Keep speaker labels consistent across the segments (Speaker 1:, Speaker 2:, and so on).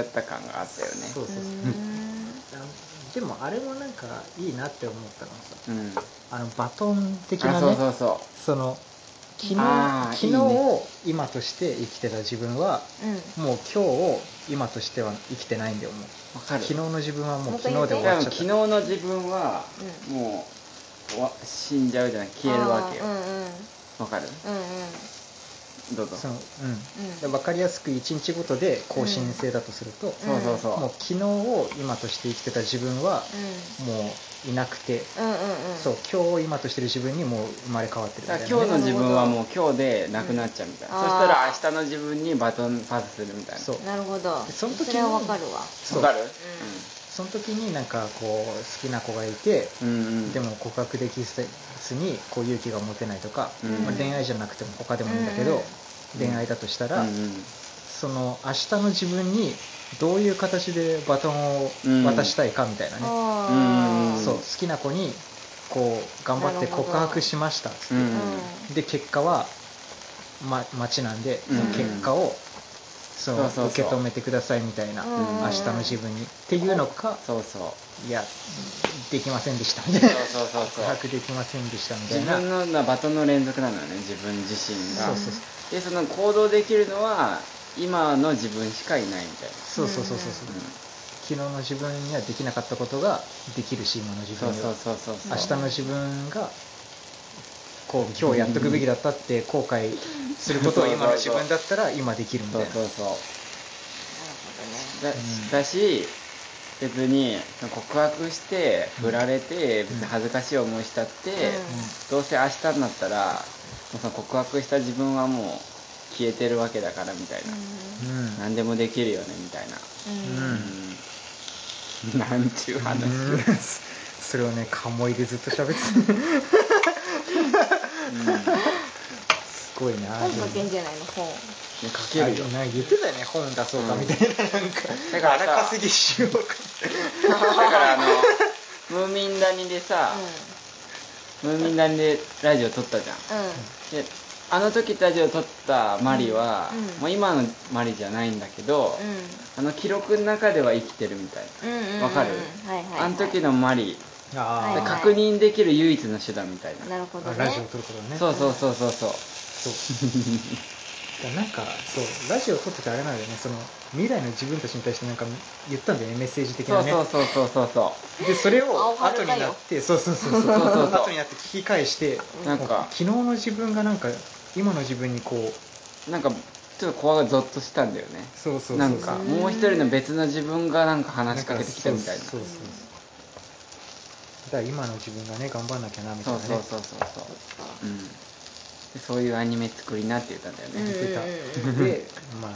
Speaker 1: やった感があったよね
Speaker 2: そうそうそうあでもあれもなんかいいなって思ったのは
Speaker 1: う
Speaker 2: さ
Speaker 1: ん
Speaker 2: あのバトン的
Speaker 1: あ
Speaker 2: な
Speaker 1: そう
Speaker 2: ね
Speaker 1: そうそ
Speaker 2: その昨日
Speaker 1: あー
Speaker 2: 昨
Speaker 1: いい
Speaker 2: 日
Speaker 1: ね
Speaker 2: を今として生きてた自分は
Speaker 3: うん
Speaker 2: もう今日を今としては生きてないんだよもう
Speaker 1: うわかる
Speaker 2: 昨日の自分はも
Speaker 3: も
Speaker 2: う
Speaker 3: う一回
Speaker 2: 昨日で終
Speaker 1: 多
Speaker 2: わっ
Speaker 1: 分
Speaker 2: ち
Speaker 1: 昨
Speaker 2: ゃった
Speaker 1: 日の自分は
Speaker 3: う
Speaker 1: もう終わ死んじゃうじゃん消えるわけよ
Speaker 3: あー
Speaker 1: わ、
Speaker 3: うんうん
Speaker 1: かる
Speaker 3: うんうん
Speaker 1: どうぞ
Speaker 2: そ
Speaker 1: そう
Speaker 2: の
Speaker 3: うん
Speaker 2: うん、分かりやすく1日ごとで更新制だとすると、
Speaker 1: そうそうそう
Speaker 2: もう昨日を今として生きてた自分は
Speaker 3: う
Speaker 2: もういなくて、
Speaker 3: んうんうんうん
Speaker 2: そう今日を今としてる自分にもう生まれ変わってるみ
Speaker 1: だ
Speaker 2: た
Speaker 1: から
Speaker 2: い
Speaker 1: 今日の
Speaker 2: な、ね、
Speaker 1: 自分はもう今日でなくなっちゃうみたいな、
Speaker 3: うん
Speaker 1: そしたら明日の自分にバトンパスするみたいな
Speaker 2: そう
Speaker 3: なるほど
Speaker 2: その時に
Speaker 3: れはわかるわ
Speaker 2: そう
Speaker 1: わかる
Speaker 2: その時になんかこう好きな子がいて、
Speaker 1: うんうん
Speaker 2: でも告白できずにこう勇気が持てないとか、
Speaker 1: うん
Speaker 2: まあ恋愛じゃなくても他でもいいんだけ
Speaker 1: う
Speaker 2: ど、
Speaker 1: ん
Speaker 2: 恋愛だとしたら、
Speaker 1: うんうん
Speaker 2: その明日の自分にどういう形でバトンを渡したいかみたいなね、
Speaker 3: あー
Speaker 1: うん
Speaker 2: そう好きな子にこう頑張って告白しましたっつって
Speaker 1: うん
Speaker 3: うん
Speaker 2: で結果は、ま、待ちなんで、
Speaker 1: うん
Speaker 2: その結果をその
Speaker 1: そうそうそう
Speaker 2: 受け止めてくださいみたいな、
Speaker 3: うん
Speaker 2: 明日の自分にっていうのか
Speaker 1: そうそう
Speaker 2: いやできませんでしたみたいな
Speaker 1: そうそうそう
Speaker 2: 告白できませんでしたみた
Speaker 1: 自
Speaker 2: いな
Speaker 1: 分のなバトンの連続なのよね自分自身が
Speaker 2: そうそう
Speaker 1: でその行動できるのは今の自分しかいないみたいな、
Speaker 2: そうそうそうそうそ
Speaker 1: う
Speaker 2: う
Speaker 1: ん
Speaker 2: 昨日の自分にはできなかったことができるし今の自
Speaker 1: そう
Speaker 2: 分に
Speaker 1: そう
Speaker 2: は
Speaker 1: そうそうそう
Speaker 2: 明日の自分がこう今日やっとくべきだったって後悔することを今の自分だったら今できるみた
Speaker 1: そ
Speaker 2: いうな
Speaker 1: そうそう
Speaker 3: な
Speaker 1: だ,、
Speaker 2: ん
Speaker 1: だし別に告白して振られて、別に恥ずかしい思いしたって、どうせ明日になったらもうその告白した自分はもう消えてるわけだからみたいな、
Speaker 2: うんうん
Speaker 1: 何でもできるよねみたいな、
Speaker 3: るほどねうんうん
Speaker 2: うん
Speaker 1: うん、 なんちゅう話、
Speaker 2: うんそれをねカモイでずっと喋ってたすごいな
Speaker 3: 本書けんじゃないの本
Speaker 1: ね書けるよ
Speaker 2: あな言ってたよね本出そうかみたいな、なんか
Speaker 1: だからさ
Speaker 2: 荒稼ぎしようか
Speaker 1: だからあの ムーミン谷でさ、ムーミン谷でラジオ撮ったじゃん
Speaker 3: うんうん
Speaker 1: であの時ラジオ撮ったマリは、
Speaker 3: うん
Speaker 1: もう今のマリじゃないんだけど、あの記録の中では生きてるみたい
Speaker 3: うんうんうんうん
Speaker 1: わかる
Speaker 3: はいはい
Speaker 1: な、
Speaker 3: はい
Speaker 1: あの時のマリ、
Speaker 3: はいはい
Speaker 1: 確認できる唯一の手段みたいな、
Speaker 3: なるほど
Speaker 2: あ
Speaker 3: ね
Speaker 2: ラジオ撮ることね
Speaker 1: そうそうそうそうそう
Speaker 2: そうだからなんかそうラジオ撮っててあれなんだよねその未来の自分たちに対してなんか言ったんだよねメッセージ的
Speaker 1: そ
Speaker 2: な
Speaker 1: う
Speaker 2: ね
Speaker 1: そうそうそうそうそ
Speaker 2: でそれ
Speaker 3: 青
Speaker 2: を
Speaker 3: 春
Speaker 2: 後に
Speaker 3: だよ
Speaker 2: なってそうそうそうそう
Speaker 1: そうそうそう
Speaker 2: 後になって聞き返して
Speaker 1: うなんか
Speaker 2: 昨日の自分がなんか今の自分にこう
Speaker 1: なんかちょっと怖がゾッとしたんだよね
Speaker 2: そうそうそう
Speaker 1: なんかもう一人の別の自分がなんか話しかけてきたみたいな
Speaker 2: そ
Speaker 1: そうう
Speaker 2: そうそうだから今の自分がね頑張んなきゃなみた
Speaker 1: そ
Speaker 2: いうなね
Speaker 1: そうそうそううんでそういうアニメ作りなって言ったんだよ
Speaker 3: うんうん
Speaker 1: ね、
Speaker 3: うんうん
Speaker 2: でまあ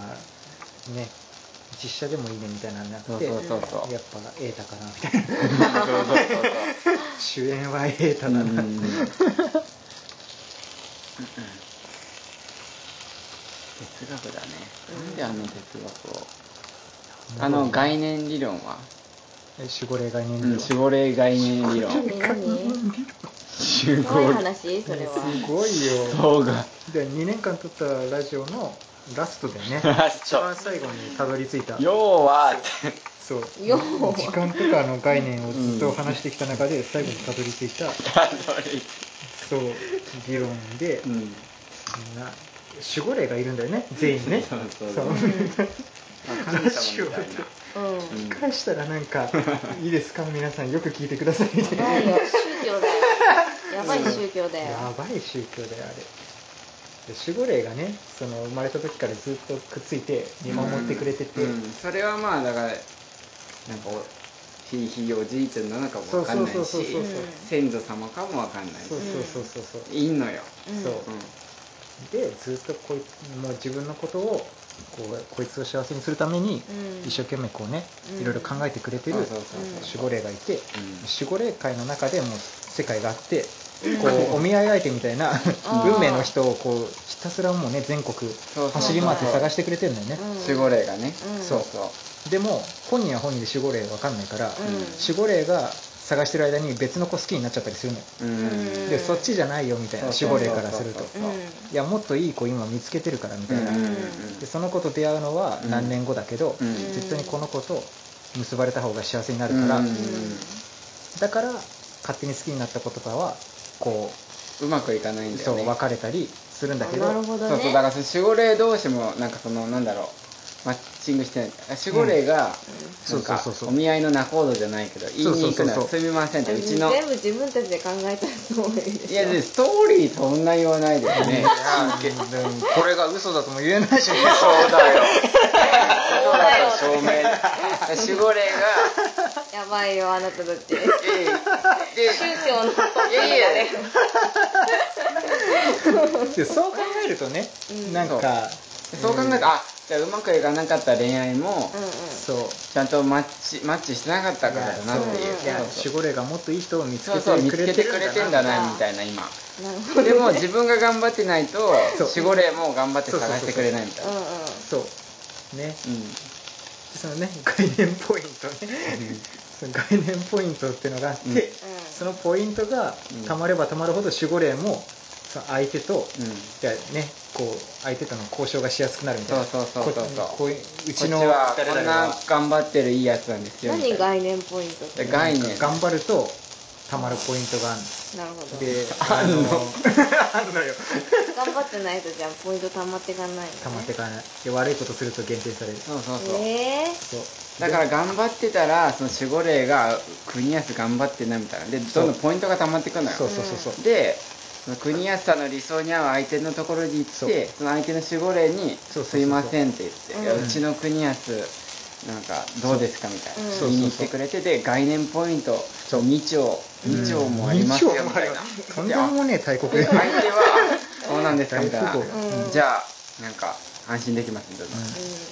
Speaker 2: ね実写でもいいねみたいなのになって
Speaker 1: そうそうそうそう
Speaker 2: やっぱ瑛太かなみたいな
Speaker 1: そうそうそうそう
Speaker 2: 主演は瑛太だ
Speaker 1: うんう
Speaker 2: な
Speaker 1: うん
Speaker 2: ん
Speaker 1: うん哲学だね、なんであの哲学をあの概念理論は、
Speaker 2: え守護霊概念
Speaker 1: う
Speaker 2: 理
Speaker 1: ん、
Speaker 2: 論
Speaker 1: 守護霊概念理論
Speaker 3: え何
Speaker 1: 守護
Speaker 3: 怖い
Speaker 1: 霊
Speaker 3: 話それは
Speaker 2: すごいよ
Speaker 1: そうが
Speaker 2: で2年間撮ったラジオのラストでね
Speaker 1: ラス
Speaker 2: 一
Speaker 1: ト
Speaker 2: 番最後にたどり着いた
Speaker 1: 要は
Speaker 2: そう
Speaker 3: よう
Speaker 2: 時間とかの概念をずっと話してきた中で最後にたどり着いた
Speaker 1: たどり
Speaker 2: そう議論で
Speaker 1: う、ん
Speaker 2: な守護霊がいるんだよね全員ね
Speaker 1: そうそう
Speaker 2: そ
Speaker 1: そうう
Speaker 2: ラジオで
Speaker 3: うん
Speaker 1: うん
Speaker 2: 返したらなんか「いいですか皆さんよく聞いてく ださい」みたいな
Speaker 3: ないよ宗教だよやばい宗教だよ
Speaker 2: やばい宗教だよあれで守護霊がねその生まれた時からずっとくっついて見守ってくれてて、
Speaker 1: うんうんそれはまあだからなんかおひいひいおじいちゃんなのかもわかんない
Speaker 2: そうそうそう
Speaker 1: し
Speaker 2: そう
Speaker 3: そう
Speaker 1: 先祖様かもわかんないし
Speaker 2: そうそうそうそうそう、
Speaker 1: いんのよ、
Speaker 3: うん
Speaker 2: そう
Speaker 1: うん
Speaker 2: でずっとこいもう自分のことをこうこいつを幸せにするために
Speaker 3: うん
Speaker 2: 一生懸命こうね、
Speaker 3: うん
Speaker 2: いろいろ考えてくれてる
Speaker 1: そう
Speaker 2: 守
Speaker 1: そうそうそう
Speaker 2: 護霊がいて、守護霊界の中でもう世界があって
Speaker 3: うん
Speaker 2: こうお見合い相手みたいな
Speaker 3: ー
Speaker 2: 運命の人をこうひたすらもうね全国
Speaker 1: そう
Speaker 2: 走り回って探
Speaker 1: し
Speaker 2: してくれてるんだよね、
Speaker 3: うん
Speaker 1: 守護霊がね、
Speaker 3: うん
Speaker 2: そう
Speaker 1: そう
Speaker 2: でも本人は本人で守護霊わかんないから、
Speaker 3: うん
Speaker 2: 守護霊が探してる間に別の子好きになっちゃったりするのよ、
Speaker 1: うん
Speaker 2: でそっちじゃないよみたいな
Speaker 1: そ
Speaker 2: 守
Speaker 1: うそう
Speaker 2: 護霊からすると
Speaker 1: そう
Speaker 3: うん
Speaker 2: いやもっといい子今見つけてるからみ
Speaker 1: う
Speaker 2: た
Speaker 1: ん
Speaker 2: いな、
Speaker 1: うん
Speaker 2: でその子と出会うのは何年後だけど、
Speaker 1: うん
Speaker 2: 絶対にこの子と結ばれた方が幸せになるから、
Speaker 1: うん
Speaker 2: だから勝手に好きになった子とかはこ
Speaker 1: うまくいかないん
Speaker 2: う
Speaker 1: だよ
Speaker 2: そう
Speaker 1: ね
Speaker 2: 別れたりするんだけ
Speaker 3: あ
Speaker 2: ど
Speaker 3: なるほど
Speaker 1: そう
Speaker 3: ね
Speaker 1: そうだからその守護霊同士もなんかそのなんだろうマッチングしてないあ守護霊が、
Speaker 2: そうそうそうそ
Speaker 1: なんか
Speaker 2: う
Speaker 1: お見合いの仲人じゃないけど言いに行くの
Speaker 2: そうそ
Speaker 1: よ
Speaker 2: うそうそう
Speaker 1: すみませんってうちの
Speaker 3: 全部自分たちで考えたストーリーでしょ
Speaker 1: いやでストーリーそんな言わないでよね
Speaker 2: でもこれが嘘だとも言えないしね
Speaker 1: そうだよ
Speaker 3: そうだよ
Speaker 1: 証明守護霊が
Speaker 3: やばいよあなたたち宗
Speaker 1: 「えい」で
Speaker 3: 教のこ
Speaker 1: い
Speaker 3: と
Speaker 1: やいや
Speaker 3: ね
Speaker 2: でそう考えるとね、
Speaker 3: うん
Speaker 2: なんか
Speaker 1: そう考えたらあじゃあうまくいかなかった恋愛も
Speaker 3: うんうん
Speaker 2: そう
Speaker 1: ちゃんとマッチマッチしてなかったからだなっていう
Speaker 2: いや
Speaker 1: そう
Speaker 2: 守護霊がもっといい人を見つ
Speaker 1: そう
Speaker 2: け
Speaker 1: そう
Speaker 2: て
Speaker 1: 見
Speaker 2: く
Speaker 1: つけ
Speaker 2: れて
Speaker 1: て
Speaker 2: る
Speaker 1: く
Speaker 2: ん
Speaker 1: れ
Speaker 2: だ
Speaker 1: て
Speaker 2: なん
Speaker 1: だなみたいな今
Speaker 3: なるほど
Speaker 1: でも自分が頑張ってないと
Speaker 2: そう
Speaker 1: 守護霊も頑張って探してくれないみたいな
Speaker 3: うん
Speaker 1: う
Speaker 3: うん
Speaker 2: そうね
Speaker 1: ん
Speaker 2: そのね概念ポイントねその概念ポイントっていうのがあって、
Speaker 1: うん
Speaker 2: そのポイントが
Speaker 1: うん
Speaker 2: たまればたまるほど守護霊もその相手と、
Speaker 1: うん
Speaker 2: じゃあねこう相手との交渉がしやすくなるみたいな
Speaker 1: そうそうそうそうそう
Speaker 2: ここういうう
Speaker 1: うち
Speaker 2: ちの
Speaker 1: のは
Speaker 2: 誰
Speaker 1: こん
Speaker 2: 々
Speaker 1: な
Speaker 2: は
Speaker 1: 頑張ってるいいやつなんですよみたい
Speaker 3: 何
Speaker 1: な
Speaker 3: 概念ポイントって
Speaker 1: で概念
Speaker 2: 頑張るとたまるポイントがある
Speaker 3: なるほど
Speaker 2: ので
Speaker 1: あんの
Speaker 2: あんのよ
Speaker 3: 頑張ってないとじゃあポイント溜まっていかないのね
Speaker 2: たまってかないで悪いことすると減点される
Speaker 1: そうそうそう
Speaker 3: えー
Speaker 2: そう
Speaker 1: だから頑張ってたらその守護霊が国安頑張ってんなみたいなでどんどんポイントが溜まってくのよ
Speaker 2: そうそうそうそう、
Speaker 1: でその国安さんの理想に合う相手のところに行
Speaker 2: そ
Speaker 1: っ
Speaker 2: う
Speaker 1: てその相手の守護霊に「
Speaker 2: そうそうそ
Speaker 1: す
Speaker 2: う
Speaker 1: いません」って言って「
Speaker 3: うん
Speaker 1: いやうちの国安なんかどうですか?」みたいな
Speaker 3: そう
Speaker 1: 言いに来てくれてで概念ポイント2丁2丁もありますよみたいな
Speaker 2: とん
Speaker 1: で
Speaker 2: で
Speaker 1: あ
Speaker 2: もねえ大国
Speaker 1: で
Speaker 2: で
Speaker 1: 相手は「あそうなんですか」みたいな
Speaker 2: 大富豪
Speaker 3: うん
Speaker 1: じゃあなんか安心できますみたいな。
Speaker 2: うん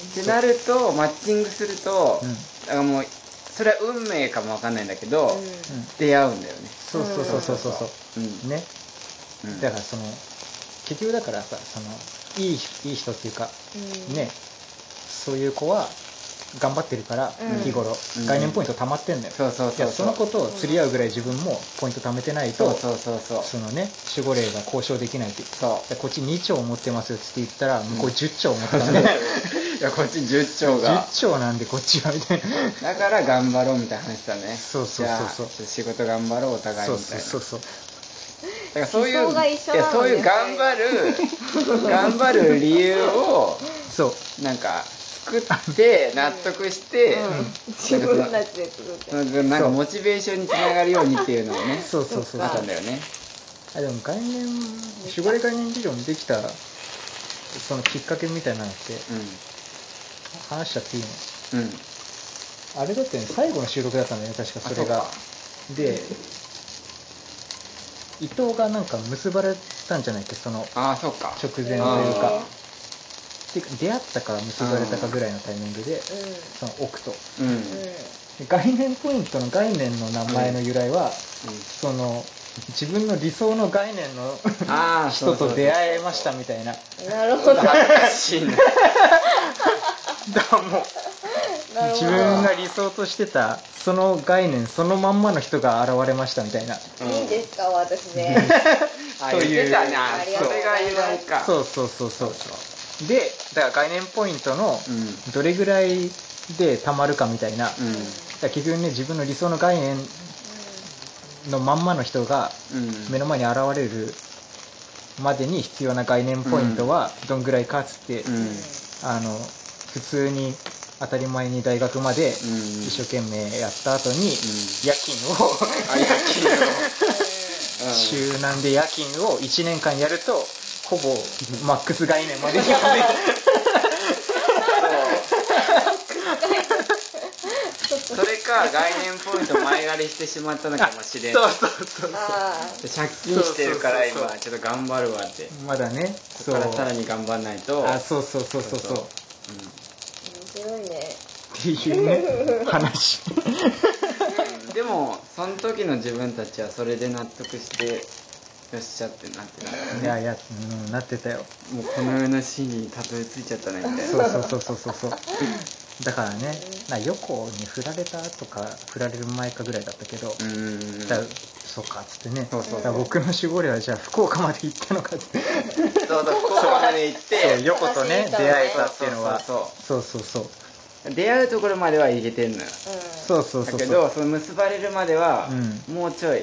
Speaker 1: ってなるとマッチングすると、
Speaker 2: うん
Speaker 1: だからもうそれは運命かもわかんないんだけど、
Speaker 3: うんうん
Speaker 2: うん
Speaker 1: 出会うんだよね
Speaker 2: そうそうそうそうそうそ
Speaker 1: う
Speaker 2: う
Speaker 1: ん、
Speaker 2: ね
Speaker 1: うん
Speaker 2: だからその結局だからさそのいいいい人っていうか
Speaker 3: うん
Speaker 2: ねそういう子は頑張ってるから
Speaker 3: うん
Speaker 2: 日頃
Speaker 1: うん
Speaker 2: 概念ポイント溜まってんだよ
Speaker 1: そうそう
Speaker 2: い
Speaker 1: そう
Speaker 2: やその子と釣り合うぐらい自分もポイント貯めてない
Speaker 1: そ
Speaker 2: と
Speaker 1: うそうそうそう
Speaker 2: そのね守護霊が交渉できないっていう
Speaker 1: そ
Speaker 2: いやこっち2兆持ってますよって言ったら向こう10兆持って
Speaker 1: う
Speaker 2: たんで
Speaker 1: いやこっち10兆が
Speaker 2: 10兆なんでこっちはみたいな
Speaker 1: だから頑張ろうみたいな話だね
Speaker 2: そうそうそう
Speaker 1: じ
Speaker 2: そう
Speaker 1: ゃあ仕事頑張ろうお互い
Speaker 2: そ
Speaker 1: み
Speaker 2: う
Speaker 1: たい
Speaker 2: そ
Speaker 1: うな
Speaker 2: そうそう
Speaker 1: だからそういう
Speaker 3: 思想が一緒
Speaker 1: いや
Speaker 3: なの
Speaker 1: そう
Speaker 3: ね
Speaker 1: いう頑張 る頑張る理由を
Speaker 2: そう
Speaker 1: なんか作って納得して、
Speaker 3: 自分たちで作って
Speaker 1: なんかなんかモチベーションにつながるようにっていうのをね
Speaker 2: そうそうそう
Speaker 1: あったんだよね
Speaker 2: あでも概念守護霊概念理論できたそのきっかけみたいなのって話しちゃっていいの
Speaker 1: うんうん
Speaker 2: あれだってね最後の収録だったんだよね確かそれ
Speaker 1: あ
Speaker 2: が
Speaker 1: そ
Speaker 2: で伊藤がなんか結ばれたんじゃないっけその
Speaker 1: ああそうか
Speaker 2: 直前という
Speaker 1: あ
Speaker 2: かてか出会ったか結ばれたかぐらいのタイミングで
Speaker 3: うんうん
Speaker 2: その奥と
Speaker 1: うんうん
Speaker 2: で概念ポイントの概念の名前の由来は、その自分の理想の概念の
Speaker 1: ああ
Speaker 2: 人と出会えました
Speaker 1: ち
Speaker 2: みたいな
Speaker 3: うんなるほど
Speaker 1: ょっと恥 ずかしいな
Speaker 2: だからもう
Speaker 3: なるほ
Speaker 2: 自
Speaker 3: ど
Speaker 2: 分が理想としてたその概念そのまんまの人が現れましたみたいな
Speaker 3: いいですか私で
Speaker 1: あ
Speaker 2: という
Speaker 1: 言ってたな
Speaker 3: ありが
Speaker 1: そ
Speaker 3: とうござ
Speaker 1: れ
Speaker 3: い
Speaker 1: が
Speaker 3: ます
Speaker 1: 由来か
Speaker 2: そうそうそうそうでだから概念ポイントの
Speaker 1: うん
Speaker 2: どれぐらいでたまるかみたいな、
Speaker 1: う
Speaker 2: だから結局ね自分の理想の概念のまんまの人が
Speaker 1: ん
Speaker 2: 目の前に現れるまでに必要な概念ポイントはどんぐらいかっつって、
Speaker 1: うんうん
Speaker 2: あの普通に当たり前に大学まで一生懸命やった後に夜勤を
Speaker 1: あ夜勤をうん
Speaker 2: 週なんで夜勤を1年間やるとほぼマックス概念までに
Speaker 1: そうそれか概念ポイント前借りしてしまったのかもしれん
Speaker 2: そうそうそう
Speaker 3: あ
Speaker 1: で借金してるから
Speaker 2: そうそう
Speaker 1: 今
Speaker 2: そう
Speaker 1: ちょっと頑張るわって
Speaker 2: まだね
Speaker 1: そこ
Speaker 2: そう
Speaker 1: からさらに頑張んないと
Speaker 2: あそうそうそうそうそう
Speaker 1: そう
Speaker 3: ー面白いね
Speaker 2: っていうね話
Speaker 1: うんでもその時の自分たちはそれで納得してよっしゃってなってたから
Speaker 2: いやいや、うん、なってたよ
Speaker 1: もうこの世の真理にたどり着いちゃったねみたいな
Speaker 2: そうそうそうそうそうそうだからね、な横に振られたとか振られる前かぐらいだったけど、
Speaker 1: うんうんうん
Speaker 2: だそうかっつってね
Speaker 1: そうそう
Speaker 2: だから僕の守護霊はじゃあ福岡まで行ったのかって
Speaker 1: そうだ福岡まで行っ
Speaker 2: そう
Speaker 1: て
Speaker 2: 横とね出
Speaker 3: 楽しいからね
Speaker 2: 会えたっていうのは
Speaker 1: そう
Speaker 2: そうそうそう
Speaker 1: 出会うところまでは行けてんのよ
Speaker 3: う
Speaker 2: そうそうそうそう
Speaker 1: だけどその結ばれるまでは
Speaker 2: う
Speaker 1: もうちょい、
Speaker 3: んうん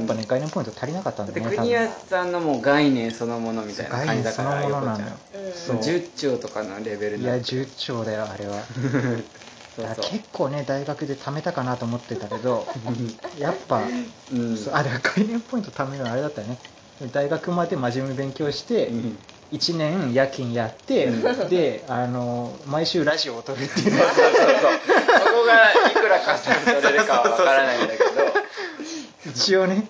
Speaker 2: やっぱね概念ポイント足りなかったん
Speaker 1: だっ
Speaker 2: だ
Speaker 1: て
Speaker 2: ね
Speaker 1: 国安さんのもう概念そのものみたいな
Speaker 2: 概
Speaker 1: 感じ
Speaker 2: 念
Speaker 1: だ
Speaker 2: そ
Speaker 1: か
Speaker 2: の
Speaker 1: ら
Speaker 2: もの
Speaker 1: 横
Speaker 2: な
Speaker 1: ち
Speaker 2: の
Speaker 1: ゃ
Speaker 2: よ
Speaker 1: ん
Speaker 3: うん
Speaker 2: そう
Speaker 1: 10兆とかのレベル
Speaker 2: い
Speaker 1: な
Speaker 2: や
Speaker 1: の
Speaker 2: 10兆だよあれは
Speaker 1: そう
Speaker 2: だから
Speaker 1: そう
Speaker 2: 結構ね大学で貯めたかなと思ってたけどやっぱ、
Speaker 1: うん
Speaker 2: そうあれは概念ポイント貯めるのあれだったよね大学まで真面目に勉強して、
Speaker 1: うん
Speaker 2: 1年夜勤やって、であの毎週ラジオを撮るってい
Speaker 1: そ
Speaker 2: うね
Speaker 1: こがいくら加算取れるかはわからないんだけど
Speaker 2: 一応ね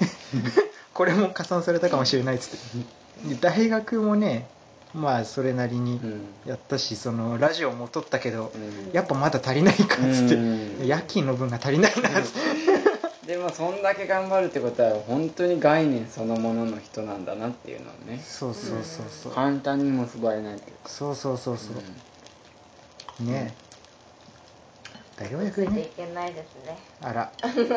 Speaker 2: これも加算されたかもしれないっつってで大学もねまあそれなりに
Speaker 1: うん
Speaker 2: やったしそのラジオも撮ったけど、
Speaker 1: うん
Speaker 2: やっぱまだ足りないかっつって、
Speaker 1: うん
Speaker 2: 夜勤の分が足りないなっつって
Speaker 1: でもそんだけ頑張るってことは本当に概念そのものの人なんだなっていうのはね
Speaker 2: そうそうそうそう
Speaker 1: 簡単に結ばれないっていうか
Speaker 2: そうそうそうそう、ねえようや
Speaker 3: つ
Speaker 2: く
Speaker 3: いてい
Speaker 2: ね
Speaker 3: けないですね
Speaker 2: あら
Speaker 1: うん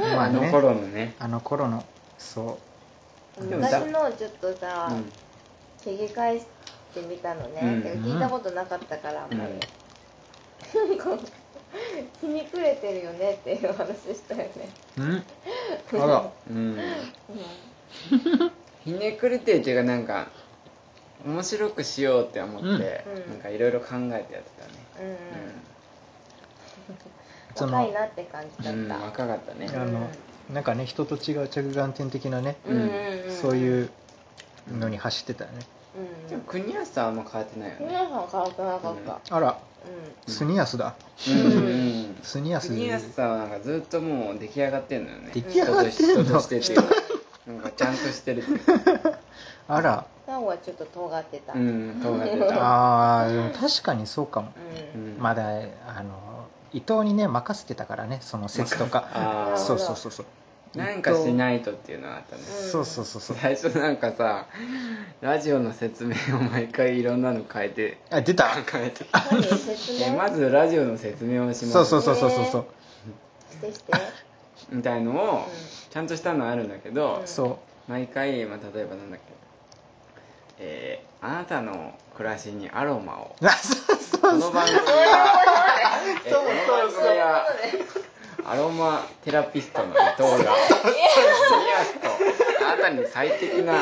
Speaker 2: まあ
Speaker 1: あの
Speaker 2: ね
Speaker 1: 頃のね
Speaker 2: あの頃のそ
Speaker 1: でもだ
Speaker 3: 昔のをちょっとさ、
Speaker 1: うん
Speaker 3: 聞き返してみたのね、
Speaker 1: うん
Speaker 3: でも聞いたことなかったからあんまり、ひにくれてるよねっていう話したよね、
Speaker 2: うんあら
Speaker 1: うん
Speaker 3: うん、
Speaker 1: ひねくれてるっていうかなんか面白くしようって思って、
Speaker 3: う
Speaker 1: な
Speaker 3: ん
Speaker 1: んかいろいろ考えてやってたね
Speaker 3: うん
Speaker 2: その
Speaker 3: 若いなって感じだ
Speaker 1: う
Speaker 3: っ
Speaker 1: ん、うん、
Speaker 3: た、
Speaker 1: 若かったね
Speaker 2: あのなんかね人と違う着眼点的なね、
Speaker 1: うん
Speaker 2: そう
Speaker 3: う
Speaker 2: いうのに走ってたよね
Speaker 3: うん
Speaker 1: でも国安さんはあんま変わってないよ
Speaker 3: 皆
Speaker 1: ね
Speaker 3: さんは変わってなかった
Speaker 2: あら
Speaker 3: う
Speaker 2: スニアスだ
Speaker 1: うん、
Speaker 2: スニアス
Speaker 1: 国安さんはなんかずっともう出来上がってんのよね
Speaker 2: 出来上がってんの
Speaker 1: 人として人としてっていうかなんかちゃんとしてるっていうか
Speaker 2: あら
Speaker 3: んんはちょっと尖ってた、
Speaker 1: う
Speaker 3: うん
Speaker 1: んどうなってた
Speaker 2: あーでも確かにそうかも、
Speaker 1: うん
Speaker 2: まだあの伊藤にね任せてたからねその説とか
Speaker 1: あ
Speaker 2: そ
Speaker 1: ー
Speaker 2: うそうそうそう
Speaker 1: なんかしないとっていうのはあったね
Speaker 3: うん
Speaker 2: そうそうそうそう
Speaker 1: 最初なんかさラジオの説明を毎回いろんなの変えて
Speaker 2: あ出た
Speaker 1: 考えて
Speaker 3: 何説
Speaker 1: え
Speaker 3: 明
Speaker 1: まずラジオの説明をします
Speaker 2: そうそうそうそうそうそう
Speaker 3: してして、
Speaker 1: みたいの
Speaker 3: うん
Speaker 1: をちゃんとしたのはあるんだけど、
Speaker 3: うん
Speaker 2: そ
Speaker 1: 毎回、まあ、例えばなんだっけえー、あなたの暮らしにアロマを
Speaker 2: うあそう
Speaker 1: この番組は、えーこの番組はアロマテラピストの伊藤がニアスとあなたに最適な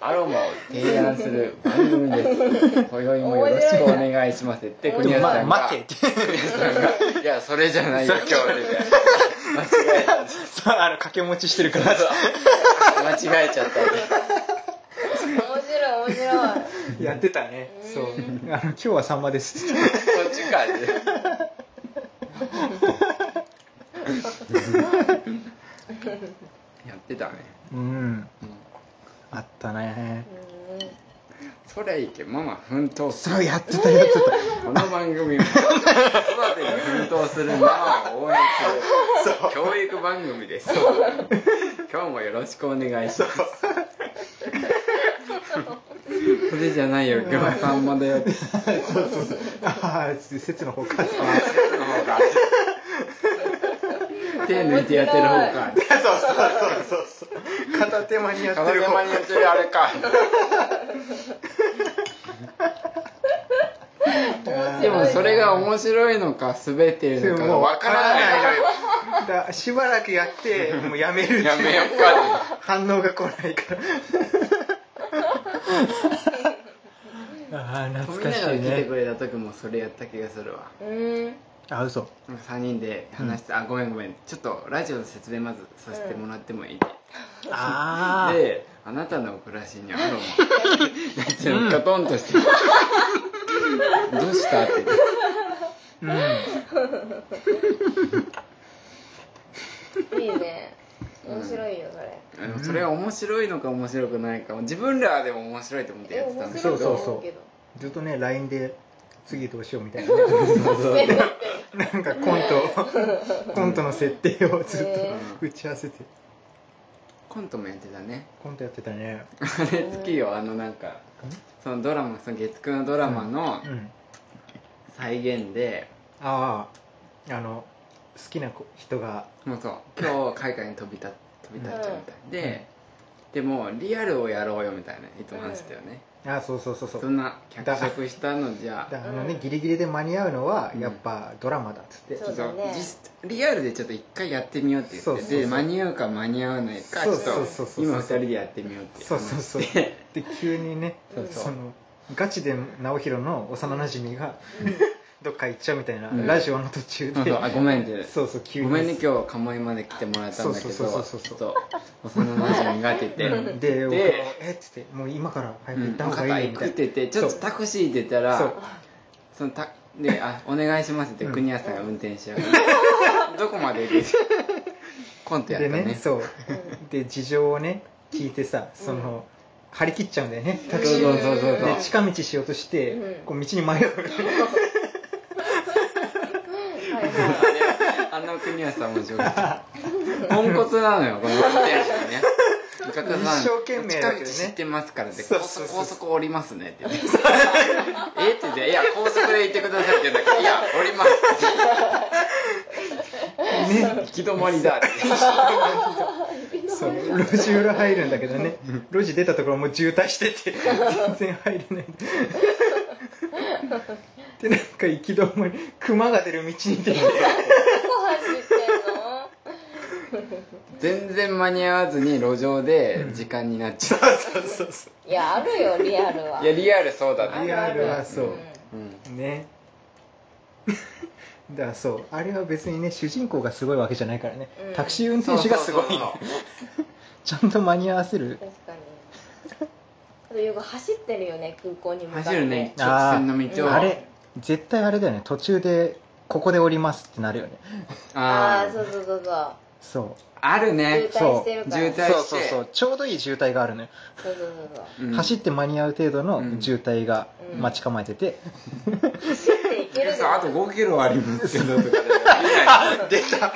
Speaker 1: アロマを提案する番組です今宵もよろしくお願いしますって
Speaker 3: 面
Speaker 1: 国
Speaker 3: 白い
Speaker 1: 安
Speaker 2: で
Speaker 1: さ
Speaker 2: も
Speaker 3: な
Speaker 2: ま
Speaker 1: んが
Speaker 2: 待てって
Speaker 1: 「いやそれじゃないよ今日」みたいな間違えた
Speaker 2: そうあの掛け持ちしてるから
Speaker 1: 間違えちゃった
Speaker 3: 面白い面白 い
Speaker 2: やってたねそうあの今日はサンマです
Speaker 1: こっちか やってたね
Speaker 2: うんあったね
Speaker 1: それいけママ奮闘す
Speaker 2: そう
Speaker 1: る
Speaker 2: やってたやって
Speaker 1: この番組は子育てに奮闘するママを応援する教育番組です今日もよろしくお願いしますそれじゃないよ今日はさんまだよって
Speaker 2: たああ説の方か
Speaker 1: あ説の方が手抜いてやってる方か
Speaker 2: 片手間にや
Speaker 1: 片手間にやってるあれかでもそれが面白いのか滑ってるのかがわからないのよ
Speaker 2: だしばらくやってもうやめる
Speaker 1: やめようか
Speaker 2: 反応が来ないからああ
Speaker 1: みん
Speaker 2: 懐
Speaker 1: なが
Speaker 2: かしい
Speaker 1: 来て
Speaker 2: ね
Speaker 1: くれた時もそれやった気がするわ
Speaker 3: うんうん
Speaker 2: あ嘘
Speaker 1: 3人で話して「あごめんごめんちょっとラジオの説明まずさせてもらってもいい?」
Speaker 2: ああ
Speaker 1: で「あなたの暮らしにアロマ」っていうのきょとんとして「どうした?」って
Speaker 3: いいね面白いよそれ
Speaker 1: あのそれは面白いのか面白くないか自分らはでも面白いと思って
Speaker 3: え
Speaker 1: やってたん
Speaker 3: 面
Speaker 1: だけ
Speaker 3: 白
Speaker 1: ど
Speaker 3: いと思うけど
Speaker 2: ずっとね LINE で次どうしようみたいなねなんかコントコントの設定をずっ
Speaker 3: へ
Speaker 2: と打ち合わせて
Speaker 1: コントもやってたね
Speaker 2: コントやってたね
Speaker 1: あれ好きよあのなんかそのドラマその月9のドラマの
Speaker 2: うん
Speaker 1: 再現で
Speaker 2: あああの好きな子人が
Speaker 1: もうそう今日海外に飛び立飛び立っちゃうみたい、ででもリアルをやろうよみたいないつも話してたよね、
Speaker 2: あそうそうそうそう
Speaker 1: そんな脚色したのじゃ
Speaker 2: だからあのねギリギリで間に合うのは
Speaker 1: うん
Speaker 2: やっぱドラマだっつって、
Speaker 3: そうだね
Speaker 1: 実リアルでちょっと一回やってみようって言って
Speaker 2: そうそうそう
Speaker 1: で間に合うか間に合わないかち
Speaker 2: そ
Speaker 1: ょっ
Speaker 2: う
Speaker 1: と
Speaker 2: そうそうそう
Speaker 1: 今二人でやってみようって
Speaker 2: そうそうそうで急にね
Speaker 3: そうそう
Speaker 2: そのガチで直弘の幼なじみがどっか行っちゃうみたいな、
Speaker 1: うん
Speaker 2: ラジオの途中
Speaker 1: そう
Speaker 2: で
Speaker 1: そうあごめんって
Speaker 2: そうそう急に
Speaker 1: ごめんね今日鴨居まで来てもらったんだけどち
Speaker 2: そう
Speaker 1: ょ
Speaker 2: そうそうそう
Speaker 1: っと幼なじみがってて
Speaker 2: うんで僕もえっつってもう今から早く行った方がいいねみた
Speaker 1: 食って
Speaker 2: い
Speaker 1: てちょっとタクシー出たら
Speaker 2: そう
Speaker 1: そのたであ「お願いします」って
Speaker 2: うん
Speaker 1: 国安さんが運転しやがって、どこまで 行くコント
Speaker 2: な、
Speaker 1: やった
Speaker 2: で
Speaker 1: ね
Speaker 2: ねそうで事情をね聞いてさその、張り切っちゃうんだよねタクシー
Speaker 1: そうそうそうそう
Speaker 2: で近道しようとして、
Speaker 3: うん
Speaker 2: こう道 に迷う
Speaker 3: はいは
Speaker 1: あの国安さんも 上手ポンコツなのよこの運転手ね一
Speaker 2: 一生懸命だけどね
Speaker 1: 知ってますからって
Speaker 2: そう
Speaker 1: 高
Speaker 2: そう
Speaker 1: 速
Speaker 2: そう
Speaker 1: 高速降りますねって言ってえって言って「いや高速で行ってください」って言うんだから「いや降ります」って 行き止まりだって
Speaker 2: そう路地裏入るんだけどね路地出たところもう渋滞してて全然入れないでなんか行き止まり熊が出る道に出て
Speaker 3: いどこ走って
Speaker 1: 全然間に合わずに路上で時間になっちゃう
Speaker 2: そうそうそ
Speaker 3: んのいやあるよリアルはい
Speaker 1: やリアルそうだ
Speaker 2: う
Speaker 1: ね
Speaker 2: リアルはそう、
Speaker 1: うん
Speaker 2: ねだからそうあれは別にね主人公がすごいわけじゃないからね、
Speaker 3: うん
Speaker 2: タクシー運転手がすごい
Speaker 1: そうそう
Speaker 2: ちゃんと間に合わせる
Speaker 3: 確かにあとよく走ってるよね空港に向かって
Speaker 1: 走るね直
Speaker 2: あ
Speaker 1: 線の道を
Speaker 2: ーあれ絶対あれだよね途中でここで降りますってなるよね
Speaker 1: あ
Speaker 3: ああ
Speaker 1: ー
Speaker 3: そうそうそうそう
Speaker 2: そ
Speaker 1: あるね
Speaker 3: 渋滞してるから
Speaker 1: そう
Speaker 2: う
Speaker 1: 渋滞して
Speaker 2: そうそうそうちょうどいい渋滞があるのよ、
Speaker 3: そうそうそうそう
Speaker 1: うん
Speaker 2: 走って間に合う程度の渋滞が
Speaker 3: うん
Speaker 2: 待ち構えてて、
Speaker 3: 走っていける
Speaker 1: そうあと5キロありますけどとかで出た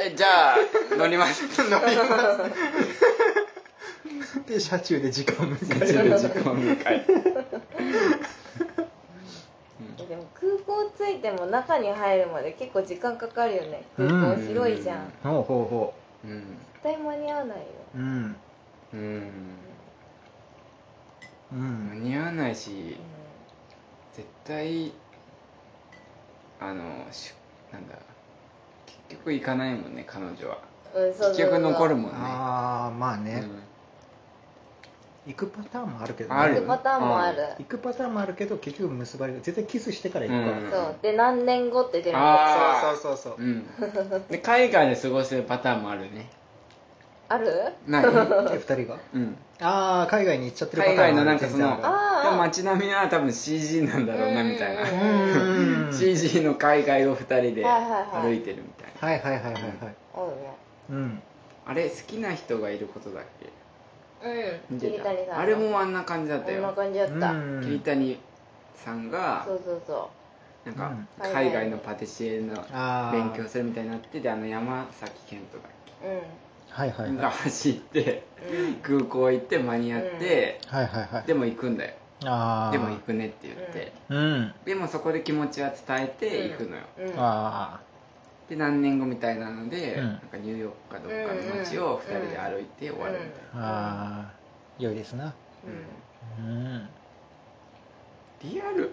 Speaker 1: えじゃあ乗ります乗ります
Speaker 2: で車中で時間を迎え
Speaker 1: 自
Speaker 2: る
Speaker 1: 分時間を迎え
Speaker 3: でも空港着いても中に入るまで結構時間かかるよね空港
Speaker 2: うん
Speaker 3: 広いじゃん
Speaker 2: ほうほうほ
Speaker 1: うん
Speaker 3: 絶対間に合わないよ
Speaker 2: ううん
Speaker 1: うん
Speaker 2: う
Speaker 1: 間
Speaker 2: ん
Speaker 1: に合わないし
Speaker 3: う
Speaker 1: 絶対あのしなんだ結局行かないもんね彼女は
Speaker 3: んうんそうそうそう
Speaker 1: 結局残るもんね
Speaker 2: ああまあ
Speaker 1: う
Speaker 2: ね、
Speaker 1: ん
Speaker 2: 行くパターンもあるけど、
Speaker 1: あ
Speaker 3: 行
Speaker 1: る
Speaker 3: くパターンもある
Speaker 2: 行くパターンもあるけど結局結ばれる絶対キスしてから行くから、
Speaker 1: うん
Speaker 3: そうで何年後って出るん
Speaker 1: あ
Speaker 3: だ
Speaker 1: ー
Speaker 2: そうそうそうそう、
Speaker 1: うん、で海外で過ごせるパターンもあるね
Speaker 3: ある
Speaker 1: ない、
Speaker 2: え二人が
Speaker 1: うん、
Speaker 2: ああ海外に行っちゃってるパター
Speaker 1: 海外
Speaker 2: ン
Speaker 1: のなんかその
Speaker 2: 全然あ
Speaker 3: あー
Speaker 1: でも街並みは多分 CG なんだろうなみたいな、
Speaker 3: うん
Speaker 2: るうん
Speaker 1: CG の海外を2人で
Speaker 3: はいはいはい
Speaker 1: 歩いてるみたいな、
Speaker 2: はいはいはいはいはい
Speaker 3: 多いね
Speaker 2: うん
Speaker 1: あれ好きな人がいることだっけ
Speaker 3: うん
Speaker 1: 見て
Speaker 3: 桐
Speaker 1: た
Speaker 3: 谷さん
Speaker 1: あれもあんな感じだった
Speaker 3: こんな
Speaker 1: よ
Speaker 3: 感じだった、
Speaker 2: うん
Speaker 1: 桐谷さんが
Speaker 3: そうそうそ
Speaker 1: なんか
Speaker 3: うん
Speaker 1: 海外のパティシエの
Speaker 2: あ
Speaker 1: 勉強
Speaker 2: ー
Speaker 1: するみたいになってであの山崎賢人だっけ
Speaker 3: ううん
Speaker 2: はいはいはい
Speaker 1: が走って
Speaker 3: うん
Speaker 1: 空港行って間に合って、
Speaker 2: はいはいはい
Speaker 1: でも行くんだよ
Speaker 2: ああ
Speaker 1: でも行くねって言って、
Speaker 2: うん
Speaker 1: でもそこで気持ちは伝えて行くのよ、
Speaker 3: うん
Speaker 2: あ
Speaker 1: で何年後みたいなので、
Speaker 2: うん
Speaker 1: なんかニューヨークかどっかの街を2人で歩いて終わるみたいな、
Speaker 2: ああー良いですな
Speaker 3: うん
Speaker 2: うん
Speaker 1: リアル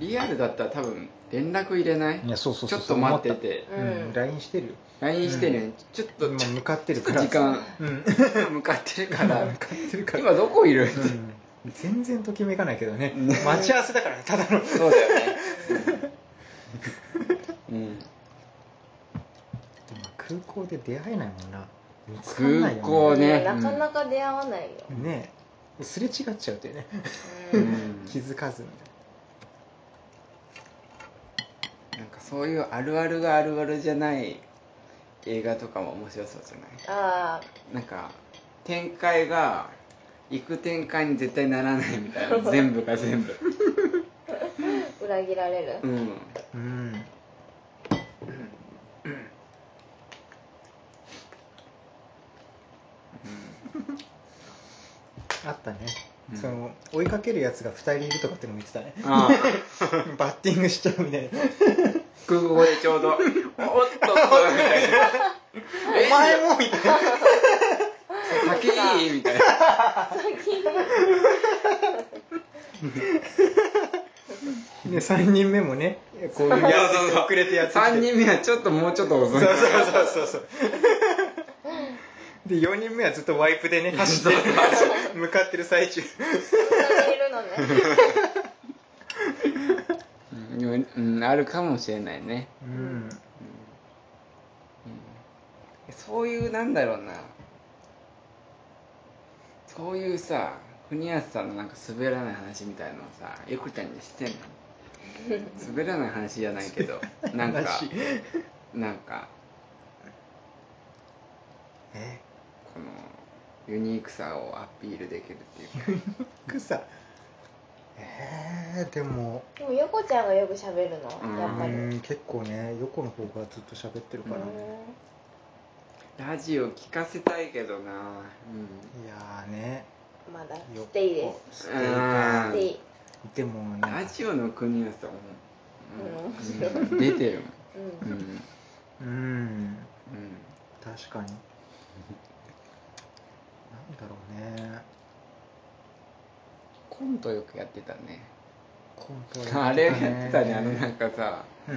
Speaker 1: リアルだったら多分連絡入れない
Speaker 2: いやそうそう
Speaker 1: ち
Speaker 2: そ
Speaker 1: ょ
Speaker 2: う
Speaker 1: っと待ってて
Speaker 2: 思ったう
Speaker 3: うんん
Speaker 2: LINE してるよ
Speaker 1: LINE してね、ちょっと
Speaker 2: 今向かってるから
Speaker 1: 時間
Speaker 2: うん
Speaker 1: 向かってるから
Speaker 2: 向かってるから
Speaker 1: 今どこいる、
Speaker 2: うん全然ときめかないけどね待ち合わせだからねただの
Speaker 1: そうだよねうん
Speaker 2: でも空港で出会えないもんな見つかんな
Speaker 1: 空
Speaker 2: いよ、ね、
Speaker 1: 港ね
Speaker 3: なかなか出会わないよ、
Speaker 2: ねえすれ違っちゃうというね
Speaker 1: う
Speaker 3: うんん
Speaker 2: 気づかずみ
Speaker 1: なんかそういうあるあるがあるあるじゃない映画とかも面白そうじゃない
Speaker 3: ああ
Speaker 1: なんか展開が行く展開に絶対ならないみたいな全部が全部
Speaker 3: 裏切られる、
Speaker 1: うん
Speaker 2: たいなうんあったね、
Speaker 1: うん
Speaker 2: その追いかけるやつが2人いるとかってのも言ってたね
Speaker 1: ああ
Speaker 2: バッティングしちゃうみたいな
Speaker 1: 空港でちょうど、おっとっと、みたいな。
Speaker 2: お前もみたいな
Speaker 1: 竹いいみたいな。
Speaker 2: で3人目もねこういうや
Speaker 1: そう
Speaker 2: つ
Speaker 1: そう
Speaker 2: 遅れてやってきて
Speaker 1: 3人目はちょっともうちょっと遅い。
Speaker 2: そうそうそうそうで4人目はずっとワイプでね走 って向かってる最中
Speaker 3: にいるのね
Speaker 1: うんうん、あるかもしれないね。
Speaker 2: うん
Speaker 1: そういう、なんだろうな。そういうさ、国安さんのなんか滑らない話みたいのをさ、よくちゃんにしてんの滑らない話じゃないけど、なんか、
Speaker 2: 話
Speaker 1: なんか、
Speaker 2: え
Speaker 1: この、ユニークさをアピールできるっていうか。
Speaker 2: 草えー、でも
Speaker 3: でも横ちゃんがよく喋るの
Speaker 1: うん
Speaker 3: やっぱり
Speaker 2: うん結構ね横の方がずっと喋ってるから、
Speaker 3: うん
Speaker 1: ラジオ聞かせたいけどな。
Speaker 2: いやーね
Speaker 3: まだ
Speaker 2: よ
Speaker 3: ステイです
Speaker 2: ステイか
Speaker 1: うん
Speaker 3: ステイ
Speaker 2: でも
Speaker 1: うん。
Speaker 2: な
Speaker 1: ラジオの国安さんも、
Speaker 3: うん面
Speaker 1: うん出てるもん。
Speaker 3: う
Speaker 1: うんん。うん
Speaker 2: うん確かになんだろうね
Speaker 1: コントよくやってたね。
Speaker 2: コントを
Speaker 1: あれやってたね、あのなんかさ、
Speaker 2: う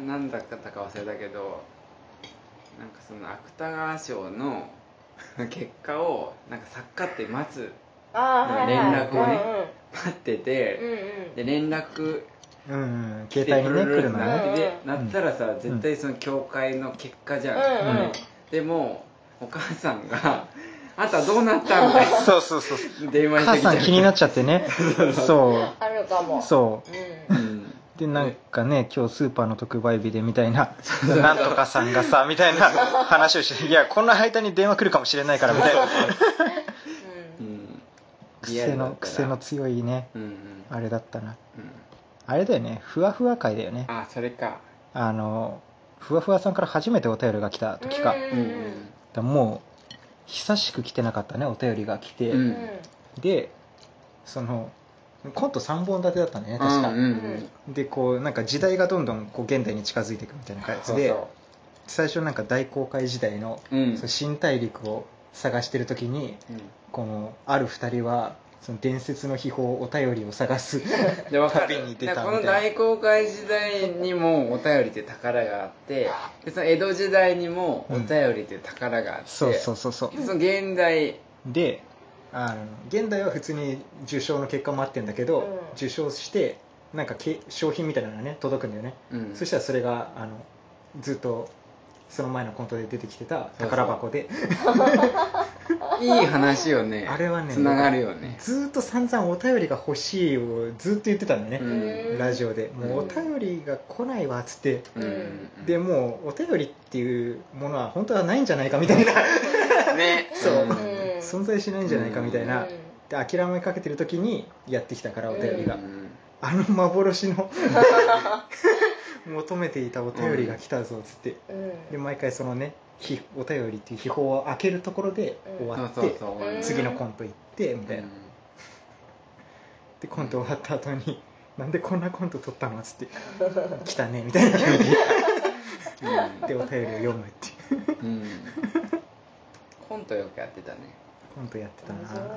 Speaker 2: ん
Speaker 1: ななんだったか忘れたけど、なんかその芥川賞 の結果を、なんか作家って待つ、
Speaker 3: ああはいは
Speaker 1: 連
Speaker 3: い
Speaker 1: 絡をね待ってて、
Speaker 3: うんうんうん
Speaker 1: で、連絡、
Speaker 2: うんうん、携帯にね来るの
Speaker 1: な
Speaker 2: ね
Speaker 1: っ
Speaker 3: ね
Speaker 1: てなったらさ、絶対その教会の結果じゃん、
Speaker 3: うんうん
Speaker 1: でもお母さんが 「あんたどうなった?」みたい な
Speaker 2: そうそうそう
Speaker 1: 電話してき
Speaker 2: 母
Speaker 1: ちゃ
Speaker 2: さ
Speaker 1: うん
Speaker 2: 気になっちゃって ねそ
Speaker 3: あるかも
Speaker 2: うそう
Speaker 3: うん
Speaker 1: うん
Speaker 2: でなんかね今日スーパーの特売日でみたいな なんとかさんがさみたい な話をしていやこんな間に電話来るかもしれないからみたいな
Speaker 1: う
Speaker 3: うん
Speaker 1: リア
Speaker 2: 癖
Speaker 1: ルだった
Speaker 2: の
Speaker 1: ら
Speaker 2: 癖の強いね
Speaker 1: うんうん
Speaker 2: あれだったな
Speaker 1: うん
Speaker 2: あれだよねふわふわ会だよね
Speaker 1: あそれか
Speaker 2: あのふわふわさんから初めてお便りが来た時か,、
Speaker 3: うん
Speaker 1: うんうん
Speaker 2: もう久しく来てなかったねお便りが来て、
Speaker 1: うん
Speaker 3: うん
Speaker 2: でそのコント3本立てだったんだよね確か、
Speaker 1: うんうん
Speaker 2: でこうなんか時代がどんどんこう現代に近づいていくみたいな感じ
Speaker 1: そう
Speaker 2: で
Speaker 1: そ
Speaker 2: 最初なんか大航海時代の
Speaker 1: ううん
Speaker 2: その新大陸を探してる時にこのある2人はその伝説の秘宝お便りを探す
Speaker 1: で分か
Speaker 2: 旅
Speaker 1: る
Speaker 2: に出たみたい
Speaker 1: こ
Speaker 2: な
Speaker 1: の大航海時代にもお便りって宝があってでその江戸時代にもお便りって宝があって、
Speaker 2: そうそうそうそう
Speaker 1: その現代
Speaker 2: であの現代は普通に受賞の結果待ってんだけど、
Speaker 3: うん
Speaker 2: 受賞してなんかけ商品みたいなのがね届くんだよね、
Speaker 1: うん
Speaker 2: そしたらそれがあのずっとその前のコントで出てきてた宝箱で
Speaker 1: いい話よね。
Speaker 2: あれはね
Speaker 1: つながるよね。
Speaker 2: ずーっと散々お便りが欲しいをずっと言ってたんだ
Speaker 1: う
Speaker 2: ね、
Speaker 1: ん。
Speaker 2: ラジオでもうお
Speaker 3: うん
Speaker 2: 便りが来ないわっつって、
Speaker 1: うん。
Speaker 2: でもうお便りっていうものは本当はないんじゃないかみたいな
Speaker 1: ね。
Speaker 2: そう
Speaker 1: うん
Speaker 3: うん
Speaker 2: 存在しないんじゃないかみたいな、
Speaker 3: うん
Speaker 2: で諦めかけてる時にやってきたからお便りが、
Speaker 1: うん
Speaker 2: あの幻 の求めていたお便りが来たぞっつって、
Speaker 3: うん
Speaker 2: で毎回そのねひお便りっていう秘宝を開けるところで
Speaker 1: そ
Speaker 2: 終わ
Speaker 1: う
Speaker 2: って、
Speaker 1: そうそう。
Speaker 3: うん
Speaker 2: 次のコント行ってみ
Speaker 1: み
Speaker 2: たいな、でコント終わった後に「なんでこんなコント撮ったの?」っつって 「来たね」みたいなでお便りを読むっていう
Speaker 1: うん。コントよくやってたね。
Speaker 2: コントやってた
Speaker 3: 面
Speaker 2: な
Speaker 3: 白いね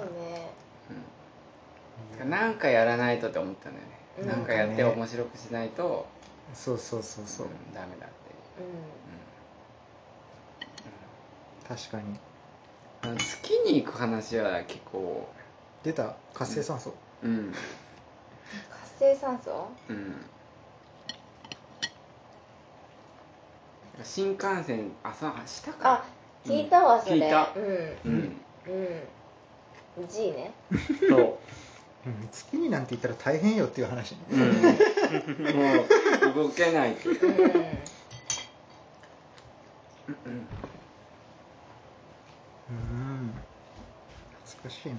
Speaker 1: うん。なんかやらないとって思ったんだよ
Speaker 3: うん
Speaker 1: ね。なんかやって面白くしないと、
Speaker 2: そうそうそうそう、
Speaker 1: んダメだっていう
Speaker 2: 確かに
Speaker 1: うん。うん好きに行く話は結構、
Speaker 2: 出た活性酸素、
Speaker 1: うん。
Speaker 3: うん活性酸素
Speaker 1: うん新幹線朝明日
Speaker 3: あ
Speaker 1: か
Speaker 3: 聞いたわそれ
Speaker 1: 聞いた
Speaker 3: う
Speaker 1: うん
Speaker 3: んうん G ね
Speaker 1: そ
Speaker 2: うん月になんて言ったら大変よっていう話ね
Speaker 1: う、うん、もう動けないって
Speaker 3: うん
Speaker 2: うん懐かしいな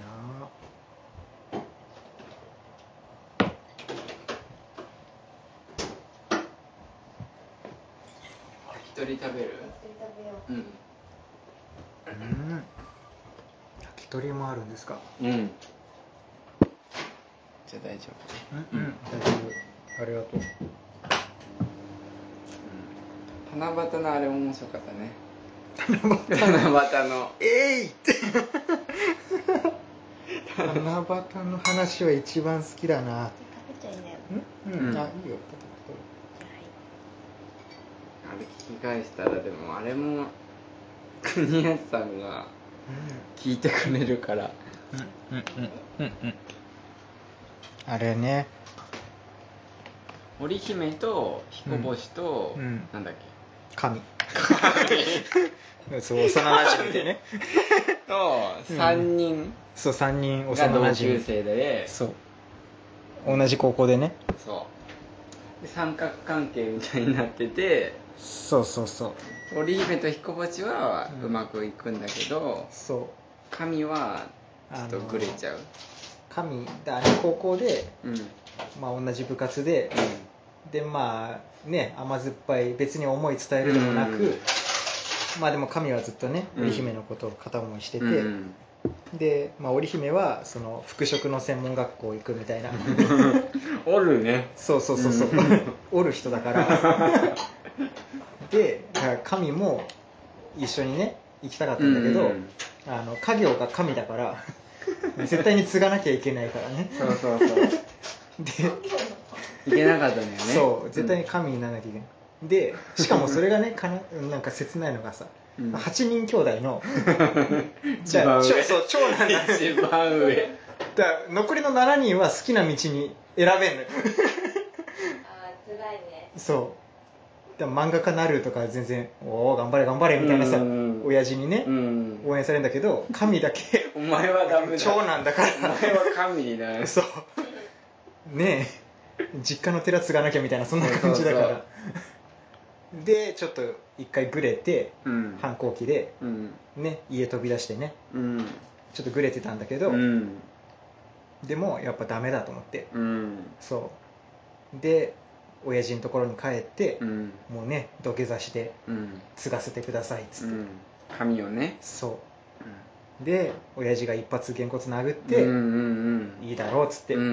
Speaker 1: 一人食べるうん
Speaker 2: うん焼き鳥もあるんですか
Speaker 1: うんして大丈夫
Speaker 2: うんうん大丈夫ありがとう
Speaker 1: うん七夕のあれ面白かったね七夕の
Speaker 2: えいって七夕の話は一番好きだな
Speaker 3: べちゃいなよ
Speaker 2: うん、
Speaker 1: うん
Speaker 2: あいいよ
Speaker 1: あれ聞き返したらでもあれも国安さんが聞いてくれるから
Speaker 2: うんうんうんうんあれね
Speaker 1: 織姫と彦星と、
Speaker 2: うんうん
Speaker 1: なんだっ
Speaker 2: 神 そう幼なじみでね
Speaker 1: けと3人
Speaker 2: そう3人
Speaker 1: が
Speaker 2: 幼
Speaker 1: 同
Speaker 2: なじ
Speaker 1: 級
Speaker 2: み
Speaker 1: 生で
Speaker 2: そう同じ高校でね
Speaker 1: そうで三角関係みたいになってて
Speaker 2: そうそうそう
Speaker 1: 織姫と彦星は
Speaker 2: うん
Speaker 1: うまくいくんだけど、
Speaker 2: そう
Speaker 1: 神はちょ
Speaker 2: あ
Speaker 1: っ
Speaker 2: の
Speaker 1: とグレちゃう、
Speaker 2: 神であれ高校で、
Speaker 1: うんうん
Speaker 2: まあ、同じ部活ででまあね甘酸っぱい別に思い伝えるでもなく、
Speaker 1: うん
Speaker 2: まあでも神はずっとね
Speaker 1: うん
Speaker 2: 織姫のことを片思いしてて、
Speaker 1: うん
Speaker 2: で、まあ、織姫はその服飾の専門学校行くみたいな
Speaker 1: おるね
Speaker 2: そうそうそうそう、
Speaker 1: うん
Speaker 2: おる人だから でだから神も一緒にね行きたかったんだけど、
Speaker 1: うん
Speaker 2: あの家業が神だから 絶対に継がなきゃいけないからね
Speaker 1: そうそうそう い
Speaker 2: で
Speaker 1: けなかったんだよね
Speaker 2: そう絶対に神にならなきゃいけない、でしかもそ れがねかななんか切ないのがさ、
Speaker 1: うん
Speaker 2: 八8人兄 弟の
Speaker 1: 一
Speaker 2: じゃ
Speaker 1: 番
Speaker 2: あちょ
Speaker 1: 上
Speaker 2: そう長男なんだ だか
Speaker 1: 一番上
Speaker 2: ら残りの7人は好きな道に選べんのよ
Speaker 3: あー辛いね
Speaker 2: そうだから漫画家なるとか全然「おお頑張れ頑張れ」みたいなさ
Speaker 1: うん
Speaker 2: 親父にね、
Speaker 1: うん
Speaker 2: 応援されるんだけど神だけ
Speaker 1: お前はダメだ
Speaker 2: 長男だか
Speaker 1: お前は神に なる
Speaker 2: らそうねえ実家の寺継がなきゃみたいなそんな感じだから
Speaker 1: そうそう
Speaker 2: でちょっと一回グレて
Speaker 1: うん
Speaker 2: 反抗期で
Speaker 1: うん
Speaker 2: ね家飛び出してね
Speaker 1: うん
Speaker 2: ちょっとグレてたんだけど、
Speaker 1: うん
Speaker 2: でもやっぱダメだと思って
Speaker 1: うん
Speaker 2: そうで親父のところに帰って
Speaker 1: う、ん
Speaker 2: もうね土下座して
Speaker 1: うん
Speaker 2: 継がせてくださいっつ
Speaker 1: う
Speaker 2: って、
Speaker 1: ん神をね
Speaker 2: そ
Speaker 1: うん
Speaker 2: うで親父が一発げんこつ殴って、
Speaker 1: うんうんうん
Speaker 2: いいだろうっつって、
Speaker 1: うんう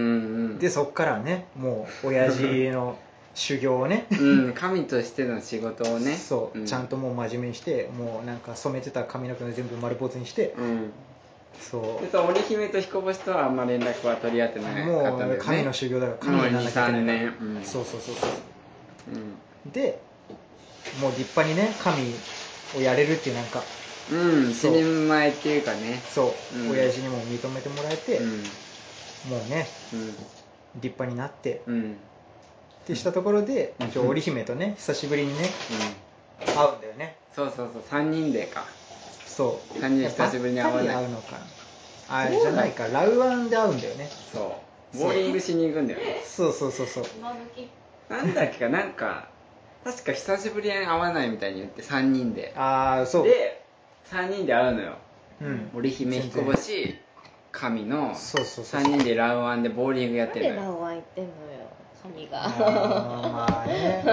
Speaker 1: ん
Speaker 2: でそっからねもう親父の修行 をね
Speaker 1: うん神としての仕事をね
Speaker 2: そう、ちゃん
Speaker 1: と
Speaker 2: ともう真面目にしてもうなんか染めてた髪の毛の全部丸坊主にして、
Speaker 1: うん
Speaker 2: そ
Speaker 1: でそう織姫と彦星とはあんま連絡は取り合って
Speaker 2: う
Speaker 1: なか
Speaker 2: も
Speaker 1: ったんだよ
Speaker 2: う
Speaker 1: ね
Speaker 2: 神の修行だから神にならなきゃいけないから
Speaker 1: もう二三年うん
Speaker 2: そうそうそうそう
Speaker 1: うん
Speaker 2: でもう立派にね神をやれるっていうなんか
Speaker 1: うん一
Speaker 2: そう
Speaker 1: 人前っていうかね
Speaker 2: そう、
Speaker 1: うん
Speaker 2: 親父にも認めてもらえて、
Speaker 1: うん
Speaker 2: もうね
Speaker 1: うん
Speaker 2: 立派になって、っ
Speaker 1: うん
Speaker 2: てしたところで
Speaker 1: うん
Speaker 2: 一応織姫とね久しぶりにね
Speaker 1: うん
Speaker 2: 会うんだよね
Speaker 1: そうそうそう3人でか
Speaker 2: そう
Speaker 1: 三人久しぶりに会わない
Speaker 2: やっぱり会うのかなあれじゃないかラウアンで会うんだよね
Speaker 1: そう
Speaker 2: そう
Speaker 1: ボーリングしに行くんだよね
Speaker 2: そうそうそうそう
Speaker 3: 今向き
Speaker 1: なんだっけかなんか確か久しぶりに会わないみたいに言って3人で
Speaker 2: ああそう
Speaker 1: で3人で会うのよ
Speaker 2: うん
Speaker 1: 織姫彦星神の
Speaker 2: そうそうそう
Speaker 1: 3人でラウアンでボーリングや
Speaker 3: な
Speaker 1: っ
Speaker 3: ん
Speaker 1: て
Speaker 3: で
Speaker 1: んの
Speaker 3: ラ
Speaker 1: よ
Speaker 3: オワン言ってんのよ髪
Speaker 2: あ
Speaker 3: が
Speaker 2: ーまあね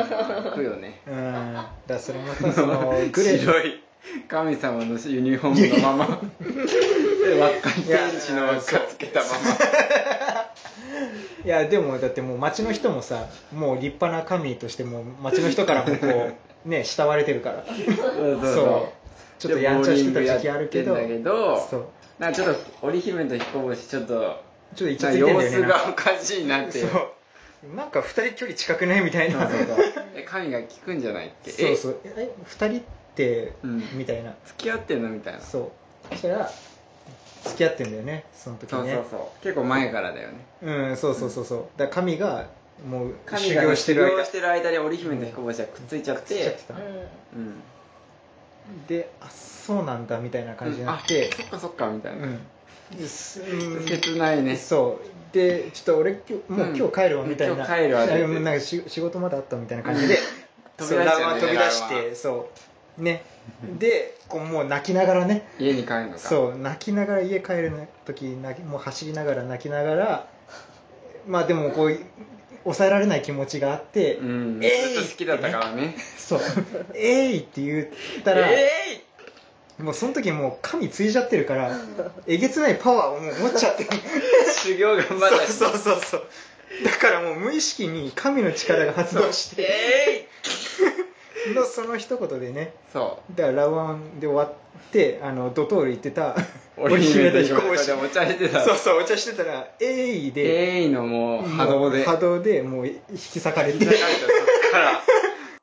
Speaker 1: 行くよね
Speaker 2: うんだからそれもさそのグ レ
Speaker 1: 白い神様のユニフォームのままで輪っか天使の輪っかつけたま
Speaker 2: いやでもだってもう町の人もさもう立派な神としてもう町の人からもこう ね慕われてるから
Speaker 1: ま
Speaker 2: ちょっとやんちゃしてた時期あるけど
Speaker 1: でボーリングやってんだけど
Speaker 2: そう
Speaker 1: なんかちょっと織姫と彦星ちょっと
Speaker 2: ちょっとイチ
Speaker 1: な
Speaker 2: ついてん
Speaker 1: 様
Speaker 2: だよね
Speaker 1: 子
Speaker 2: なん
Speaker 1: がお
Speaker 2: か
Speaker 1: かしいなっていう
Speaker 2: そうなんか二人距離近くないみたいな
Speaker 1: そうそうそうで神が聞くんじゃないっけ
Speaker 2: そうそううえ二人って
Speaker 1: うん
Speaker 2: みたいな
Speaker 1: 付き合ってんのみたいなそう
Speaker 2: そうそしたら付き合ってんだよねその時
Speaker 1: そう
Speaker 2: ね
Speaker 1: そう結構前からだよね
Speaker 2: うんそうそうそうそうだから神がもう
Speaker 1: 神
Speaker 2: 修
Speaker 1: が
Speaker 2: 行
Speaker 1: ね
Speaker 2: して
Speaker 1: 修
Speaker 2: る
Speaker 1: 行
Speaker 2: 間
Speaker 1: してる間に織姫と彦星はくっついちゃっ
Speaker 2: 付き合っててた
Speaker 1: うん
Speaker 2: であそうなんだみたいな感じになって
Speaker 1: あそっかそっかみたいな
Speaker 2: うんですうん
Speaker 1: 切ないね
Speaker 2: そうでちょっと俺今日も
Speaker 1: う
Speaker 2: うん今日帰るわみたいな、
Speaker 1: 今日帰るわって
Speaker 2: あでもなんかし仕事まだあったみたいな感じで
Speaker 1: うん
Speaker 2: そう
Speaker 1: 飛び出しちゃうね
Speaker 2: ラウンド飛び出し
Speaker 1: ラウン
Speaker 2: てそうねでこうもう泣きながらね
Speaker 1: 家に帰るのか
Speaker 2: そう泣きながら家帰る時泣きもう走りながら泣きながらまあでもこう抑えられない気持ちがあって、
Speaker 1: うんず
Speaker 2: えい
Speaker 1: っと好きだったからね
Speaker 2: そう「えい!」って言ったら、
Speaker 1: え
Speaker 2: もうその時もう神ついちゃってる からえげつないパワーをもう持っちゃってる
Speaker 1: 修行頑張った
Speaker 2: そうそうそうそうだからもう無意識に神の力が発動して
Speaker 1: えい
Speaker 2: のその一言でね
Speaker 1: そ
Speaker 2: だからラワンで終わってあのドトール行ってた
Speaker 1: う俺姫と彦
Speaker 2: 織
Speaker 1: 星でお
Speaker 2: 姫
Speaker 1: 茶してた
Speaker 2: そうそうお茶してたら「えい」で
Speaker 1: えいのもう
Speaker 2: もう
Speaker 1: 波動で
Speaker 2: 波動でもう引き裂かれて
Speaker 1: そっから